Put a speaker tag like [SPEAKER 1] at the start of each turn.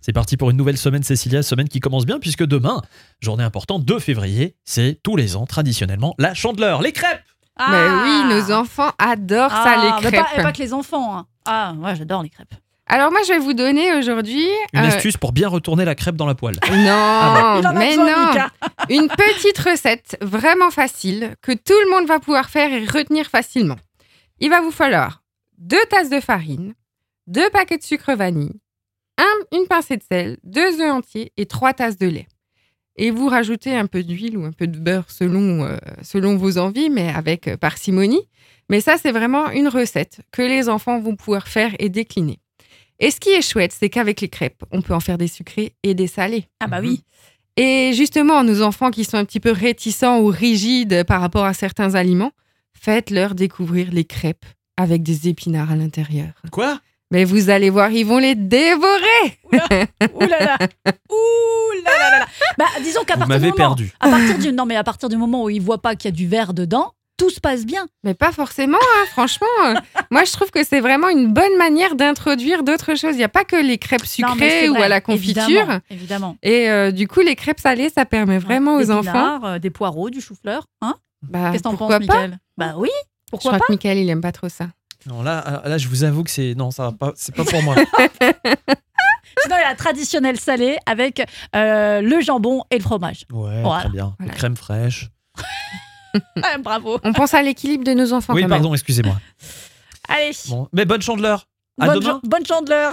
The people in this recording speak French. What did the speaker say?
[SPEAKER 1] C'est parti pour une nouvelle semaine, Cécilia, semaine qui commence bien puisque demain, journée importante, 2 février, c'est tous les ans traditionnellement la chandeleur, les crêpes
[SPEAKER 2] Mais oui, nos enfants adorent ça,
[SPEAKER 3] Ah,
[SPEAKER 2] les
[SPEAKER 3] bah,
[SPEAKER 2] crêpes.
[SPEAKER 3] pas, pas que les enfants. hein. Ah, moi j'adore les crêpes.
[SPEAKER 2] Alors moi, je vais vous donner aujourd'hui...
[SPEAKER 1] Une
[SPEAKER 2] euh,
[SPEAKER 1] astuce pour bien retourner la crêpe dans la poêle.
[SPEAKER 2] Non,
[SPEAKER 3] Il en a
[SPEAKER 2] Oh, mais
[SPEAKER 3] besoin,
[SPEAKER 2] non.
[SPEAKER 3] Mika.
[SPEAKER 2] Une petite recette vraiment facile que tout le monde va pouvoir faire et retenir facilement. Il va vous falloir deux tasses de farine, deux paquets de sucre vanille, un- une pincée de sel, deux œufs entiers et trois tasses de lait. Et vous rajoutez un peu d'huile ou un peu de beurre selon, euh, selon vos envies, mais avec euh, parcimonie. Mais ça, c'est vraiment une recette que les enfants vont pouvoir faire et décliner. Et ce qui est chouette, c'est qu'avec les crêpes, on peut en faire des sucrés et des salés.
[SPEAKER 3] Ah bah oui.
[SPEAKER 2] Et justement, nos enfants qui sont un petit peu réticents ou rigides par rapport à certains aliments, faites-leur découvrir les crêpes avec des épinards à l'intérieur.
[SPEAKER 1] Quoi
[SPEAKER 2] Mais vous allez voir, ils vont les dévorer.
[SPEAKER 3] Ouh là là. Ouh là là là là. Bah disons qu'à
[SPEAKER 1] Vous
[SPEAKER 3] partir du
[SPEAKER 1] m'avez
[SPEAKER 3] moment,
[SPEAKER 1] perdu.
[SPEAKER 3] à partir du non mais à partir du moment où ils voient pas qu'il y a du verre dedans, tout se passe bien.
[SPEAKER 2] Mais pas forcément, hein, franchement. euh, Moi, je trouve que c'est vraiment une bonne manière d'introduire d'autres choses. Il n'y a pas que les crêpes
[SPEAKER 3] Non, mais
[SPEAKER 2] sucrées
[SPEAKER 3] c'est
[SPEAKER 2] ou
[SPEAKER 3] vrai,
[SPEAKER 2] à la confiture.
[SPEAKER 3] Évidemment. évidemment.
[SPEAKER 2] Et euh, du coup, les crêpes salées, ça permet vraiment
[SPEAKER 3] Des
[SPEAKER 2] aux enfants.
[SPEAKER 3] pinards, euh, des poireaux, du chou-fleur, hein
[SPEAKER 2] Bah,
[SPEAKER 3] Qu'est-ce que t'en
[SPEAKER 2] pourquoi
[SPEAKER 3] penses,
[SPEAKER 2] pas
[SPEAKER 3] Michael Bah oui,
[SPEAKER 2] Je
[SPEAKER 3] pourquoi
[SPEAKER 2] crois
[SPEAKER 3] pas
[SPEAKER 2] que Michael, il aime pas trop ça.
[SPEAKER 1] Non, là, euh, là, je vous avoue que c'est. Non, ça va pas. C'est pas pour moi.
[SPEAKER 3] Sinon, il y a la traditionnelle salée avec euh, le jambon et le fromage.
[SPEAKER 1] Ouais,
[SPEAKER 3] Voilà.
[SPEAKER 1] très bien.
[SPEAKER 2] Voilà.
[SPEAKER 1] Crème fraîche.
[SPEAKER 2] Hum.
[SPEAKER 3] Ah, bravo.
[SPEAKER 2] On pense à l'équilibre de nos enfants.
[SPEAKER 1] oui,
[SPEAKER 2] quand même.
[SPEAKER 1] pardon, excusez-moi.
[SPEAKER 3] Allez.
[SPEAKER 1] Bon, mais bonne chandeleur. À
[SPEAKER 3] bonne,
[SPEAKER 1] demain.
[SPEAKER 3] bonne chandeleur.